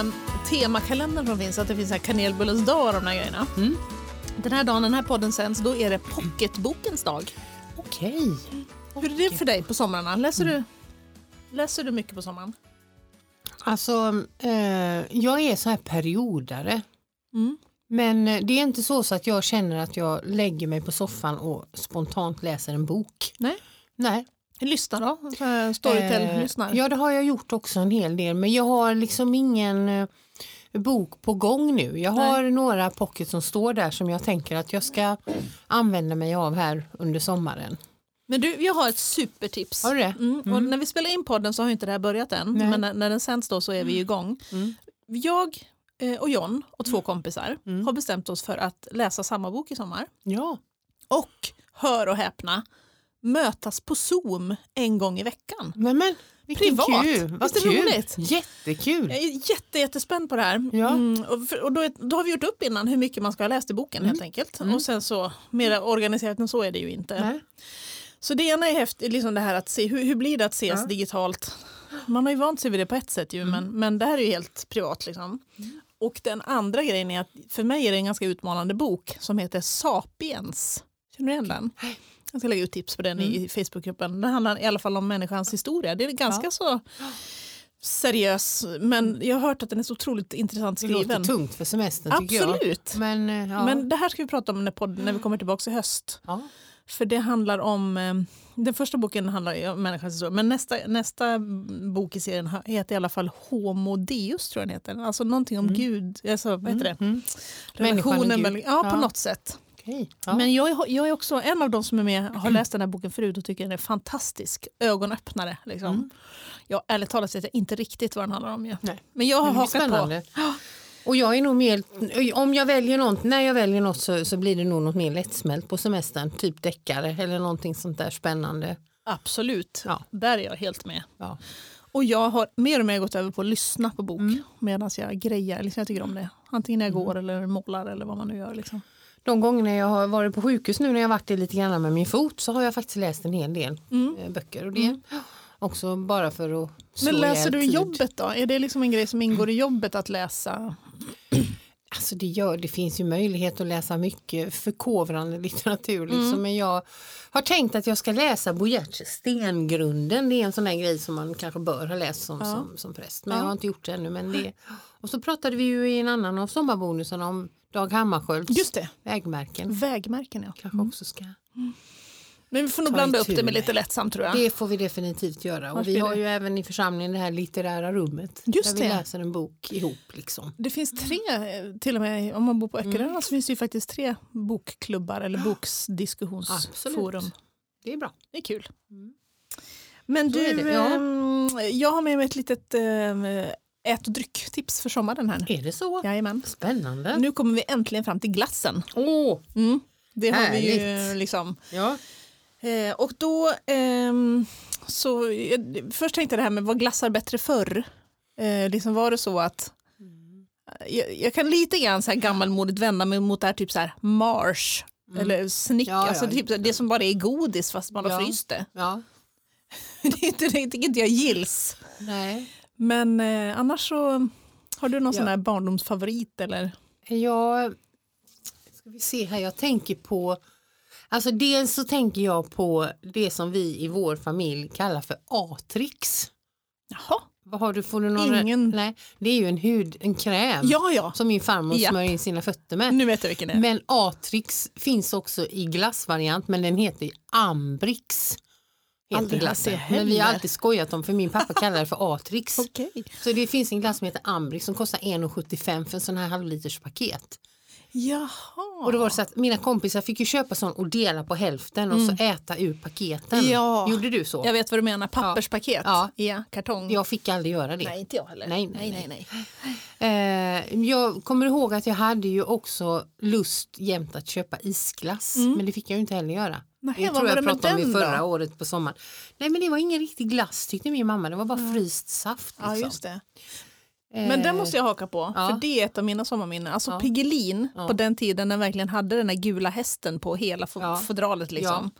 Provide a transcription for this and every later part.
um, temakalendern som finns, att det finns så här kanelbullens dag och de där grejerna. Mm. Den här dagen den här podden sänds, då är det pocketbokens dag. Okej. Hur är det för dig på somrarna? Läser Mm. du, läser du mycket på sommaren? Alltså, eh, jag är så här periodare. Mm. Men eh, det är inte så, så att jag känner att jag lägger mig på soffan och spontant läser en bok. Nej. Nej. Lyssna då? Så här Storytel-lyssnar? Eh, ja, det har jag gjort också en hel del. Men jag har liksom ingen eh, bok på gång nu. Jag Nej. har några pocket som står där som jag tänker att jag ska använda mig av här under sommaren. Men du, jag har ett supertips. Har du det? Mm. Och när vi spelar in podden så har ju inte det här börjat än, Nej. Mm. men när, när den sänds då så är vi ju igång. Jag eh, och John och Mm. två kompisar har bestämt oss för att läsa samma bok i sommar. Ja. Och, hör och häpna, mötas på Zoom en gång i veckan. Men, men vilken Privat. kul! Vad Visst är det kul. roligt? Jättekul! Jag är jätte, jättespänd på det här. Ja. Mm, och för, och då, är- då har vi gjort upp innan hur mycket man ska ha läst i boken helt enkelt. Och sen så, mer organiserat än så är det ju inte. Nej. Så det ena är häftigt, liksom det här att se, hur, hur blir det att ses Ja. Mm. digitalt? Man har ju vant sig vid det på ett sätt ju, men, men det här är ju helt privat liksom. Och den andra grejen är att för mig är det en ganska utmanande bok som heter Sapiens. Känner du igen den? Jag ska lägga ut tips på den Mm. i Facebookgruppen. Den handlar i alla fall om människans historia. Det är ganska så seriös, men jag har hört att den är så otroligt intressant Det låter skriven. tungt för semestern tycker jag. Absolut. Men, eh, ja. Men det här ska vi prata om när, podden, när vi kommer tillbaka i höst. ja. För det handlar om, eh, den första boken handlar ju om människans historia, men nästa, nästa bok i serien ha- heter i alla fall Homo Deus, tror jag den heter. Alltså någonting om Gud, alltså, vad heter det? Mm. Människan och Relationen Gud. mellan, ja, på Ja. något sätt. Okej. Ja. Men jag är, jag är också en av de som är med, har läst den här boken förut och tycker den är fantastisk. Ögonöppnare. Liksom. Jag, ärligt talat vet jag inte riktigt vad den handlar om. Ju. Mm. Nej. Men jag har Men det blir hakat på. spännande. Och jag är nog mer, om jag väljer något, när jag väljer något så, så blir det nog något mer lättsmält på semestern, typ deckare eller någonting sånt där spännande. Absolut, Ja. där är jag helt med. Ja. Och jag har mer och mer gått över på att lyssna på bok Mm. medan jag grejar. Liksom jag tycker om det. Antingen när jag går eller målar eller vad man nu gör. Liksom. De gångerna jag har varit på sjukhus nu när jag har varit det lite grann med min fot så har jag faktiskt läst en hel del eh, böcker och det också bara för att slå Men läser ihjäl du i tid. jobbet då? Är det liksom en grej som ingår i jobbet att läsa? Alltså det, gör, det finns ju möjlighet att läsa mycket förkovrande litteratur. Liksom. Mm. Men jag har tänkt att jag ska läsa Bo Giertz Stengrunden. Det är en sån där grej som man kanske bör ha läst som, som, som präst. Men jag har inte gjort det ännu. Men det, och så pratade vi ju i en annan av sommarbonusarna om Dag Hammarskjölds Just det, Mm. vägmärken. vägmärken ja. Kanske också ska. Men vi får nog Ta blanda upp itu det med med. lite lättsamt tror jag. Det får vi definitivt göra. Varför Och vi har det? ju även i församlingen det här litterära rummet. Just där vi det. läser en bok ihop. Liksom. Det finns tre, eh, till och med om man bor på Öckerö, Mm. så finns det ju faktiskt tre bokklubbar eller boksdiskussionsforum. Absolut. Det är bra. Det är kul. Men Så är du, det, ja. ehm, jag har med mig ett litet ehm, ät och drycktips för sommaren här. Är det så? Jajamän. Spännande. Nu kommer vi äntligen fram till glassen. Åh! Mm. Det har vi ju eh, Härligt. liksom. Ja. Eh, och då, ehm, så, jag, först tänkte jag det här med vad glassar bättre förr? Eh, liksom var det så att eh, jag, jag kan lite grann så här gammalmodigt vända mig mot det här typ så här Mars eller Snick, Mm. Ja, ja, alltså typ så här, det som bara är godis fast man har Ja. fryst det. ja. det är inte, det tycker inte jag gills. Nej. Men eh, annars så, har du någon Ja. sån här barndomsfavorit eller? Jag, ska vi se här, jag tänker på, alltså dels så tänker jag på det som vi i vår familj kallar för Atrix. Jaha, Vad har du, får du någon? Ingen. Nej, det är ju en hud, en kräm ja ja, som min farmor Japp. smörjer in sina fötter med. nu vet jag vilken det är. Men Atrix finns också i glassvariant men den heter ju Ambrix. Heter Aldrig hört glassen. det Men vi har heller. alltid skojat om för min pappa kallar det för Atrix. Okej. Så det finns en glass som heter Ambrix som kostar 1,75 för en sån här halvliters paket. Jaha. Och då var det så att mina kompisar fick ju köpa sån och dela på hälften och så äta ur paketen. Mm. Ja. Gjorde du så? Jag vet vad du menar, papperspaket. Ja. Ja. kartong. Jag fick aldrig göra det. Nej, inte jag heller. Nej, nej, nej, nej, nej. Eh, jag kommer ihåg att jag hade ju också lust jämt att köpa isglass men det fick jag ju inte heller göra. Nej, det Mm. vad tror var jag det med pratade om i den förra då? året på sommaren. Nej men det var ingen riktig glass tyckte min mamma, det var bara fryst saft. Ja, liksom. just det. Men den måste jag haka på, ja. för det är ett av mina sommarminnen. Alltså Ja. Piggelin, på den tiden när den verkligen hade den där gula hästen på hela fo- Ja. fodralet. Liksom.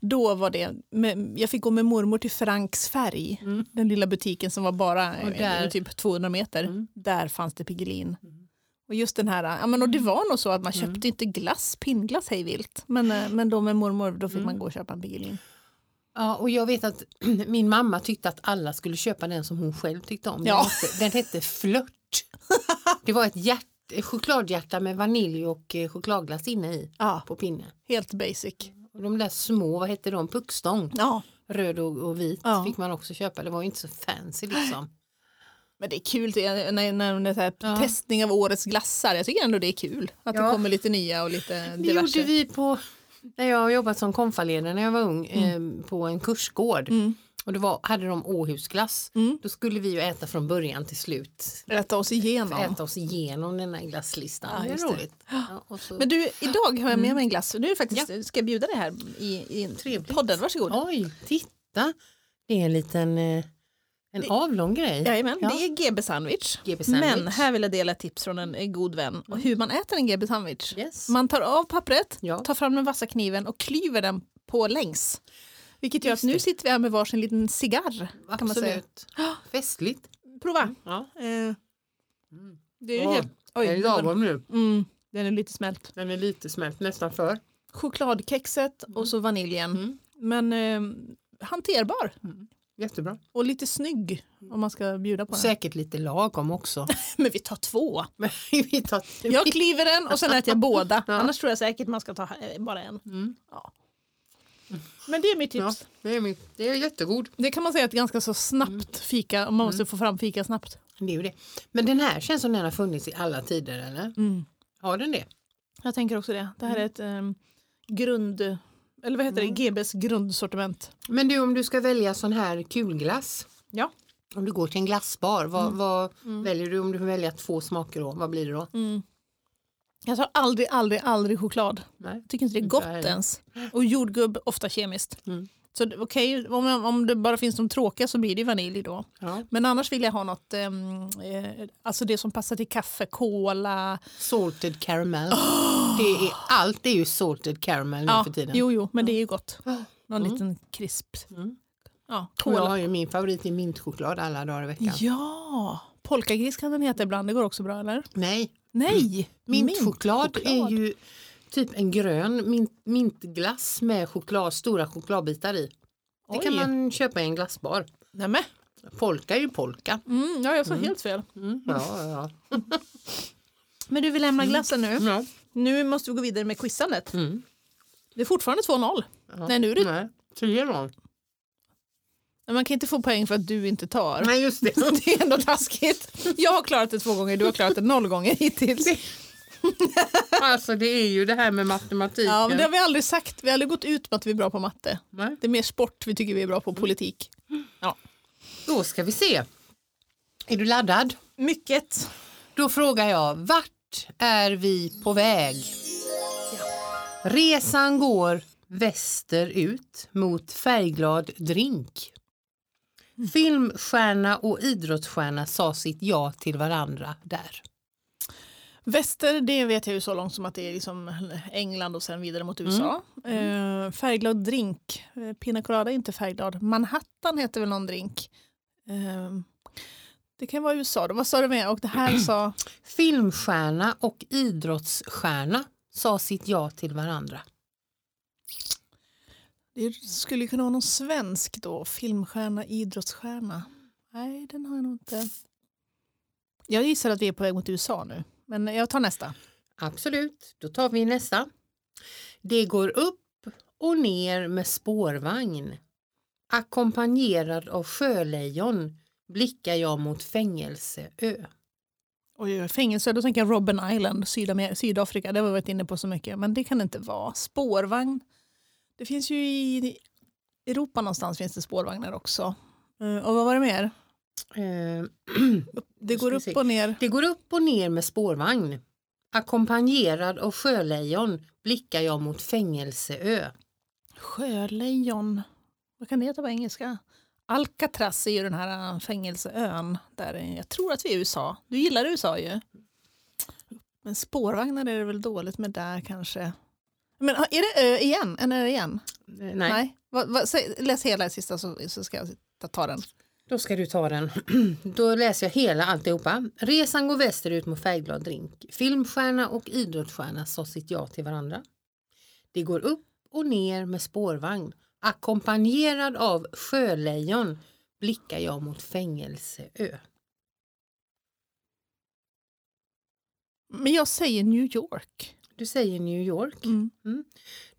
Då var det, med, jag fick gå med mormor till Franks färg, Mm. den lilla butiken som var bara Och eh, där- Mm. typ 200 meter. Där fanns det Piggelin. Och just den här, ja men och det Mm. var nog så att man köpte inte glass, pinnglass hej vilt. Men, eh, men då med mormor, då Mm. fick man gå och köpa en Piggelin. Ja, och jag vet att min mamma tyckte att alla skulle köpa den som hon själv tyckte om. Den Ja. hette- Den hette Flört. Det var ett hjärt, ett chokladhjärta med vanilj och eh, chokladglass inne i Ja, på pinne. helt basic. Och de där små, vad hette de, puckstång, Ja, röd och, och vit Ja. fick man också köpa. Det var ju inte så fancy liksom. men det är kul det- när, när det är så här Ja. testning av årets glassar. Jag tycker ändå det är kul att det Ja. kommer lite nya och lite Det diverse. gjorde vi på, när jag har jobbat som konfaledare när jag var ung, eh, på en kursgård. Och då var, hade de Åhusglass. Då skulle vi ju äta från början till slut. Rätta oss igenom. Äta oss igenom den här glasslistan. Ja, det just är det. roligt. Ja, och så, Men du, idag har jag med mig en glass. Nu är det faktiskt, ska jag bjuda dig här i, i Mm. Trevligt. podden. Varsågod. oj, titta! Det är en liten eh, en avlång grej. Jajamän, Ja. det är GB sandwich. GB sandwich. Men här vill jag dela ett tips från en eh, god vän och hur man äter en GB sandwich. Yes. Man tar av pappret, Ja. tar fram den vassa kniven och klyver den på längs. Vilket gör Just att nu det. sitter vi här med varsin liten cigarr. Kan man säga. Absolut. Festligt. Prova. Ja. Eh, Det är ju Åh, helt... Den Mm. är Oj, den, lagom nu. mm, den är lite smält. Den är lite smält, nästan för. Chokladkexet och så vaniljen. Mm. Men eh, hanterbar Jättebra. och lite snygg om man ska bjuda på den. Säkert lite lagom också. Men vi tar två. Men vi tar Jag kliver en och sen äter jag båda. Ja. Annars tror jag säkert man ska ta eh, bara en. Mm. Ja. Men det är mitt Ja, tips. det är, min, det är jättegod. Det kan man säga att ganska så snabbt fika, om man måste få fram fika snabbt. Det är ju det. Men den här känns som den har funnits i alla tider eller? Mm. Har den det? Jag tänker också det. Det här är ett ehm, grund, eller vad heter det, GBs grundsortiment. Men du om du ska välja sån här kulglass. Ja. Mm. Om du går till en glassbar, vad, vad väljer du om du väljer två smaker då? Vad blir det Mm. då? Jag tar aldrig, aldrig, aldrig choklad. Nej. Jag tycker inte det är Inte gott jag heller. ens. Och jordgubb, ofta kemiskt. Mm. Så det- okej, om, om det bara finns de tråkiga så blir det vanilj då. Ja. Men annars vill jag ha något, ehm, eh, alltså det som passar till kaffe, cola, Salted caramel. Det är, allt är ju salted caramel nu för tiden. Ah, Jo, jo, men det är ju gott. Ja. Någon liten krisp. Ja, Och jag cola. har ju min favorit i mintchoklad alla dagar i veckan. Ja, polkagris kan den heta ibland. Det går också bra, eller? Nej, Nej! Mintchoklad är mintchoklad. ju typ en grön mint, mintglass med choklad, stora chokladbitar i. Det kan Oj. man köpa i en glassbar. Nämen. Polka är ju polka. Mm, ja, jag sa helt fel. Ja, ja, Men du, vi lämnar glassen nu. ja. Nu måste vi gå vidare med quizandet. Mm. Det är fortfarande 2-0. Ja. Nej, nu är det... Nej, tre gånger. Men Man kan inte få poäng för att du inte tar. Nej, just det. Det är ändå taskigt. Jag har klarat det två gånger, du har klarat det noll gånger hittills. Alltså det är ju det här med matematiken. Ja, men det har vi aldrig sagt. Vi har aldrig gått ut med att vi är bra på matte. Nej. Det är mer sport vi tycker vi är bra på, politik. Ja. Då ska vi se. Är du laddad? Mycket. Då frågar jag, vart är vi på väg? Resan går västerut mot färgglad drink. Filmstjärna och idrottsstjärna sa sitt ja till varandra där. Väster, det vet jag ju så långt som att det är liksom England och sen vidare mot USA. Eh, färgglad drink. Eh, Pina Colada är inte färgglad. Manhattan heter väl någon drink. Eh, det kan vara USA. Då. Vad sa du med? Och det här sa... Filmstjärna och idrottsstjärna sa sitt ja till varandra. Det skulle ju kunna vara någon svensk då. Filmstjärna, idrottsstjärna. Nej, den har jag nog inte. Jag gissar att vi är på väg mot USA nu. Men jag tar nästa. Absolut, då tar vi nästa. Det går upp och ner med spårvagn. Ackompanjerad av sjölejon blickar jag mot Fängelseö. Oj, oj, fängelse, då tänker jag Robben Island, Sydamer- Sydafrika, det har vi varit inne på så mycket. Men det kan det inte vara. Spårvagn, det finns ju i Europa någonstans finns det spårvagnar också. Eh, Och vad var det mer? Eh, Det ska går vi upp se. och ner. Det går upp och ner med spårvagn. Ackompanjerad av sjölejon blickar jag mot Fängelseö. Eh, Sjölejon, vad kan det heta på engelska? Alcatraz är ju den här eh, fängelseön. Där är- jag tror att vi är i USA. Du gillar USA ju. Men spårvagnar är det väl dåligt med där kanske. Men ah, är det ö igen? En ö igen? Nej. Nej. Vad- vad- säg- läs hela sista så, så ska jag ta- ta den. Då ska du ta den. Då läser jag hela alltihopa. Resan går västerut mot färgglad drink. Filmstjärna och idrottsstjärna sa sitt ja till varandra. Det går upp och ner med spårvagn. Ackompanjerad av sjölejon blickar jag mot Fängelseö. Men jag säger New York. Du säger New York. Mm.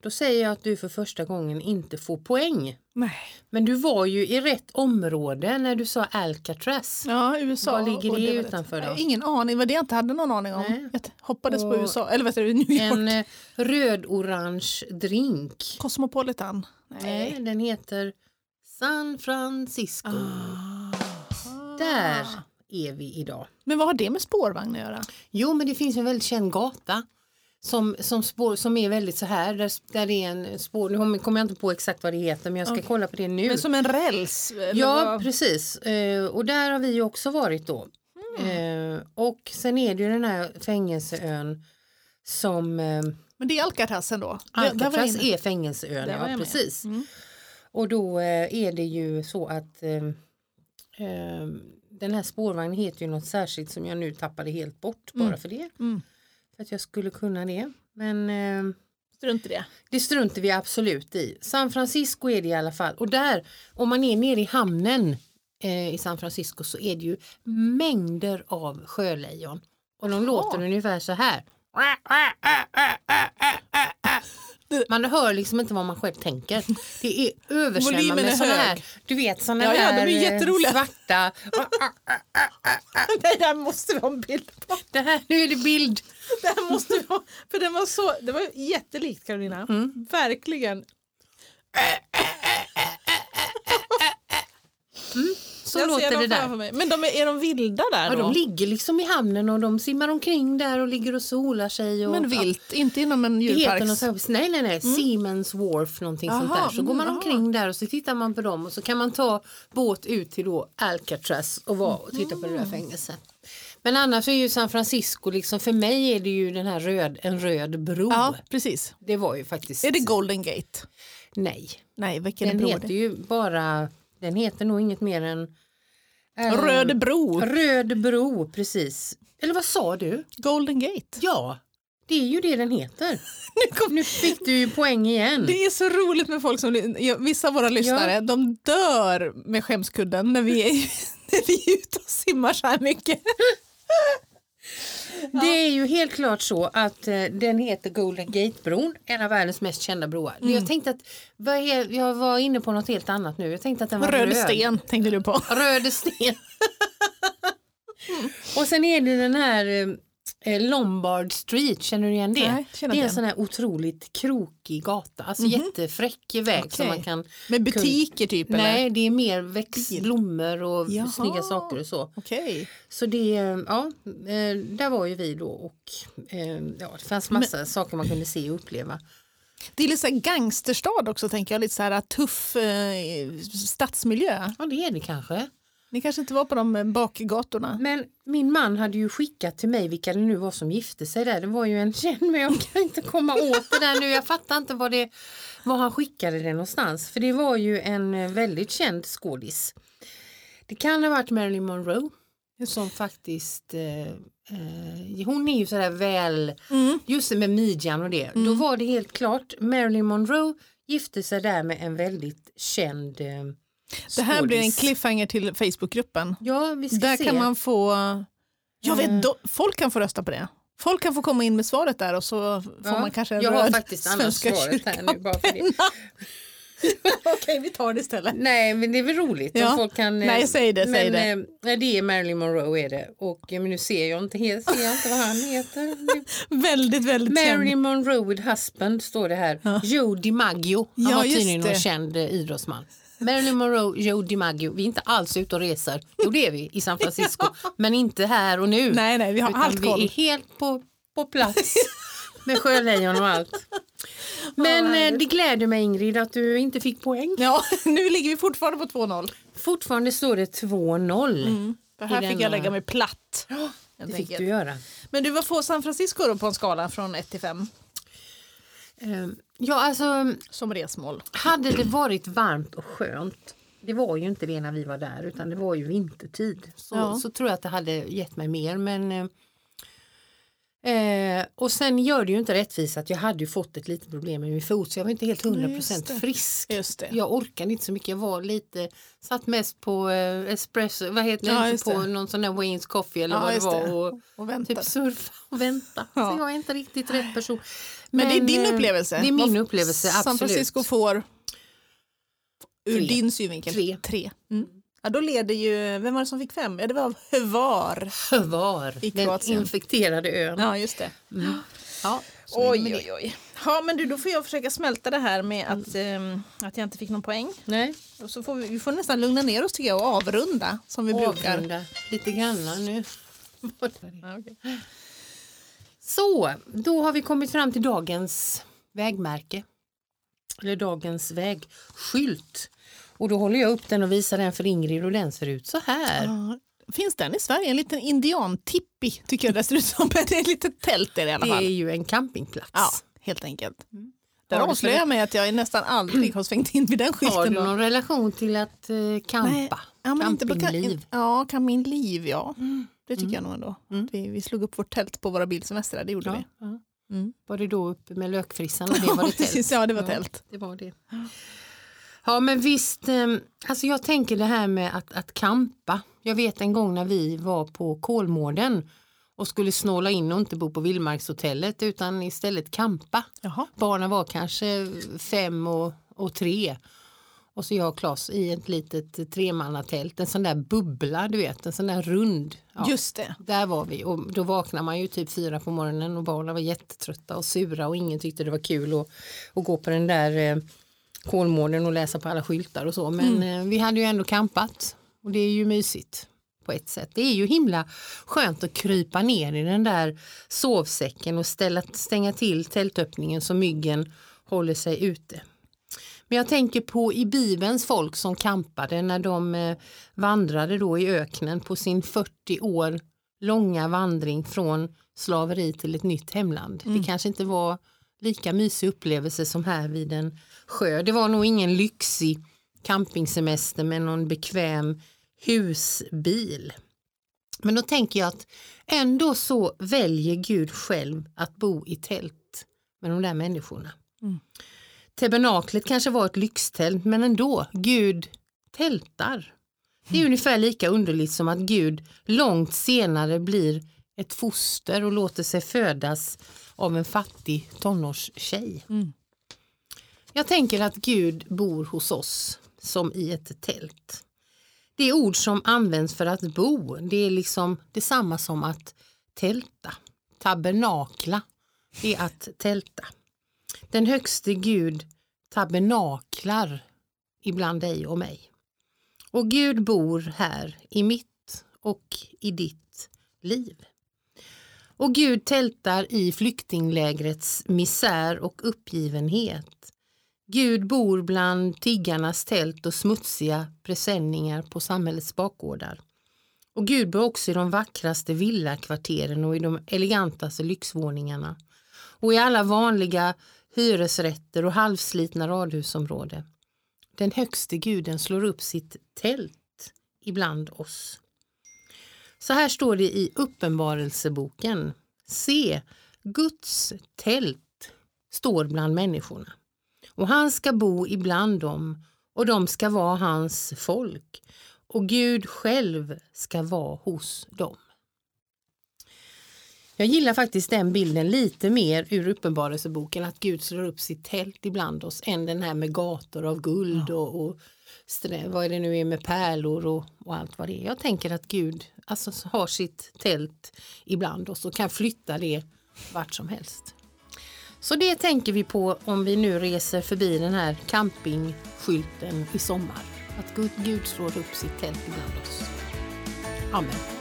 Då säger jag att du för första gången inte får poäng. Nej. Men du var ju i rätt område när du sa Alcatraz. Ja, USA. Var ligger och det var utanför rätt. då? Ingen aning, det var det jag inte hade någon aning om. Nej. Jag hoppades på Och- USA, eller vad säger du, New York. En eh, röd-orange drink. Cosmopolitan. Nej, den heter San Francisco. Ah. Där är vi idag. Men vad har det med spårvagn att göra? Jo, men det finns en väldigt känd gata som, som, spår, som är väldigt så här. Där, där är en spår, nu kommer jag inte på exakt vad det heter, men jag ska kolla på det nu. Men som en räls? eller Ja, vad? precis. Eh, och där har vi ju också varit då. Mm. Eh, och sen är det ju den här fängelseön som eh, Men det är Alcatraz ändå? Det- Ah, där var jag Alcatraz inne. är fängelseön. Där var jag Ja, med. precis. Mm. Och då eh, är det ju så att eh, eh, den här spårvagnen heter ju något särskilt som jag nu tappade helt bort bara för det. Mm. För att jag skulle kunna det. Men eh, Strunt i det. det struntar vi absolut i. San Francisco är det i alla fall. Och där, om man är nere i hamnen eh, i San Francisco så är det ju mängder av sjölejon. Och de låter ungefär så här. Man hör liksom inte vad man själv tänker. Det är översvämmande Volymen är med sådana här, hög. du vet sådana Ja, ja, de är här eh, jätteroliga. svarta. Äh. Nej, det här måste vi ha en bild på. Det här, nu är det bild. Det här måste vi ha. För den var så, det var jättelikt Carolina. Verkligen. Mm. Så jag ser låter dem det där. framför mig. Men de är, är de vilda där Ja, då? de ligger liksom i hamnen och de simmar omkring där och ligger och solar sig. Och, Men vilt, inte inom en Det heter något djurparks... särskilt, nej nej nej, Siemens Wharf någonting sånt Mm. Aha, där. Så går man mm, omkring där och så tittar man på dem och så kan man ta båt ut till då Alcatraz och, vara och titta på det där Mm. fängelset. Men annars är ju San Francisco liksom, för mig är det ju den här röd, en röd bro. Ja, precis. Det var ju faktiskt, Är det Golden Gate? nej, Nej, vilken den bro heter är ju bara, den heter nog inget mer än det? eh, Röd bro. Röd bro, precis. Eller vad sa du? Golden Gate. Ja, det är ju det den heter. Nu fick du ju poäng igen. Det är så roligt med folk som, Mm. ja, vissa av våra lyssnare, de dör med skämskudden när vi är, när vi är ute och simmar så här mycket. Det är ju helt klart så att eh, den heter Golden Gate-bron, en av världens mest kända broar. Men Mm. Jag tänkte att, vad är, jag var inne på något helt annat nu, jag tänkte att den var röd. Röd sten tänkte du på. Röd sten. Mm. Och sen är det den här eh, eh, Lombard Street, känner du igen det? Nej, känner det inte är en igen. Mhm. sån här otroligt krokig gata, alltså jättefräck väg som Okej. man kan... Med butiker typ eller? Nej, det är mer växt, blommor och Jaha. snygga saker och så. Okej. Så det, ja, eh, där var ju vi då och eh, ja, det fanns massa saker man kunde se och uppleva. Det är lite så här gangsterstad också tänker jag, lite så här tuff eh, stadsmiljö. Ja, det är det kanske. Ni kanske inte var på de eh, bakgatorna? Men min man hade ju skickat till mig vilka det nu var som gifte sig där. Det var ju en känd, men jag kan inte komma åt det där nu. Jag fattar inte var, det, var han skickade det någonstans. För det var ju en eh, väldigt känd skådis. Det kan ha varit Marilyn Monroe. Som faktiskt, eh, eh, hon är ju sådär väl, Mm. just det med midjan och det. Då var det helt klart, Marilyn Monroe gifte sig där med en väldigt känd eh, Det här blir en skådis. cliffhanger till Facebookgruppen. Ja, vi ska Där se. Eh. kan man få... Jag vet, då, folk kan få rösta på det. Folk kan få komma in med svaret där och så får Ja, man kanske en jag har röd faktiskt annars Svenska svaret här nu, bara för det. kyrkan-penna. Okej, vi tar det istället. Nej, men det är väl roligt Ja. om folk kan... eh, Nej, säg det, men, säg det. eh, nej, det är Marilyn Monroe är det. Och eh, men nu ser jag inte, helt, ser jag inte vad han heter. Väldigt, väldigt känd. Marilyn Monroe with husband står det här. Joe DiMaggio, han Ja, var just tydligen det. någon känd eh, idrottsman. Marilyn Monroe, Joe DiMaggio, vi är inte alls ute och reser. Jo det är vi i San Francisco, men inte här och nu. Nej, nej, vi har Utan allt vi är koll. helt på, på plats med sjölejon och allt. Men eh, det gläder mig Ingrid att du inte fick poäng. Ja, nu ligger vi fortfarande på 2-0. Fortfarande står det 2-0. För här I fick denna- jag lägga mig platt. helt Det fick enkelt. du göra. Men du, vad får San Francisco då på en skala från 1 till 5? Ehm, Ja, alltså som resmål. hade det varit varmt och skönt, det var ju inte det när vi var där utan det var ju vintertid, så, Ja. så tror jag att det hade gett mig mer. Men, eh, eh, och sen gör det ju inte rättvisa att jag hade ju fått ett litet problem med min fot så jag var inte helt 100% Just det. frisk. Just det. Jag orkade inte så mycket, jag var lite, satt mest på eh, espresso, vad heter Ja, det, just på det. någon sån där Wayne's coffee eller Ja, vad det just var det. och Och vänta. typ surfa och vänta. Ja. Så jag är inte riktigt rätt person. Men, det är din eh, upplevelse? Det är min Vad- upplevelse, San absolut. Francisco får ur Tre. din synvinkel Tre. Mm. Ja, då leder ju, vem var det som fick fem? Ja, det var Hvar. Hvar, I den Kroatien. infekterade ön. Ja, just det. Ja, så är det Oj, med det. oj, oj. Ja, men du, då får jag försöka smälta det här med att, Mm. ehm, att jag inte fick någon poäng. Nej, Och så får vi, vi får nästan lugna ner oss tycker jag och avrunda som vi brukar. avrunda lite grann nu. Ja, okej. Så, då har vi kommit fram till dagens vägmärke. Eller dagens vägskylt. Och då håller jag upp den och visar den för Ingrid och den ser ut så här. Ja. Finns den i Sverige? En liten indiantippi tycker jag det ser ut som. Det är ett litet tält är Mm. det i alla Det fall. är ju en campingplats. Ja, helt enkelt. Där Har du avslöjar jag mig att jag nästan aldrig har svängt in vid den Har du skylten. någon relation till att eh, campa? Ja, men inte på- Campingliv? Ja, campingliv ja. Det tycker jag nog ändå. Vi, vi slog upp vårt tält på våra bilsemestrar, det gjorde Ja, vi. ja. Mm. Var det då uppe med lökfrissan och det var det tält? Precis, ja det var tält. Det var det. Ja men visst, eh, alltså jag tänker det här med att, att kampa. Jag vet en gång när vi var på Kolmården och skulle snåla in och inte bo på Vildmarkshotellet utan istället kampa. Jaha. Barnen var kanske fem och, och tre. Och så jag och Claes i ett litet tremannatält, en sån där bubbla du vet, en sån där rund. Ja, Just det. Där var vi och då vaknade man ju typ fyra på morgonen och barnen var jättetrötta och sura och ingen tyckte det var kul att, att gå på den där eh, Kolmården och läsa på alla skyltar och så men eh, vi hade ju ändå campat och det är ju mysigt på ett sätt. Det är ju himla skönt att krypa ner i den där sovsäcken och ställa, stänga till tältöppningen så myggen håller sig ute. Men jag tänker på i Bibelns folk som kampade när de eh, vandrade då i öknen på sin 40 år långa vandring från slaveri till ett nytt hemland. Det kanske inte var lika mysig upplevelse som här vid en sjö. Det var nog ingen lyxig campingsemester med någon bekväm husbil. Men då tänker jag att ändå så väljer Gud själv att bo i tält med de där människorna. Tabernaklet kanske var ett lyxtält men ändå, Gud tältar. Det är ungefär lika underligt som att Gud långt senare blir ett foster och låter sig födas av en fattig tonårstjej. Jag tänker att Gud bor hos oss som i ett tält. Det ord som används för att bo, det är liksom detsamma som att tälta. Tabernakla, det är att tälta. Den högste Gud tabernaklar ibland dig och mig. Och Gud bor här i mitt och i ditt liv. Och Gud tältar i flyktinglägrets misär och uppgivenhet. Gud bor bland tiggarnas tält och smutsiga presenningar på samhällets bakgårdar. Och Gud bor också i de vackraste villakvarteren och i de elegantaste lyxvåningarna och i alla vanliga hyresrätter och halvslitna radhusområden. Den högste guden slår upp sitt tält ibland oss. Så här står det i Uppenbarelseboken. Se, Guds tält står bland människorna och han ska bo ibland dem och de ska vara hans folk och Gud själv ska vara hos dem. Jag gillar faktiskt den bilden lite mer ur Uppenbarelseboken, att Gud slår upp sitt tält ibland oss, än den här med gator av guld och, och strä, vad är det nu är med pärlor och, och allt vad det är. Jag tänker att Gud alltså, har sitt tält ibland oss och kan flytta det vart som helst. Så det tänker vi på om vi nu reser förbi den här campingskylten i sommar. Att Gud, Gud slår upp sitt tält ibland oss. Amen.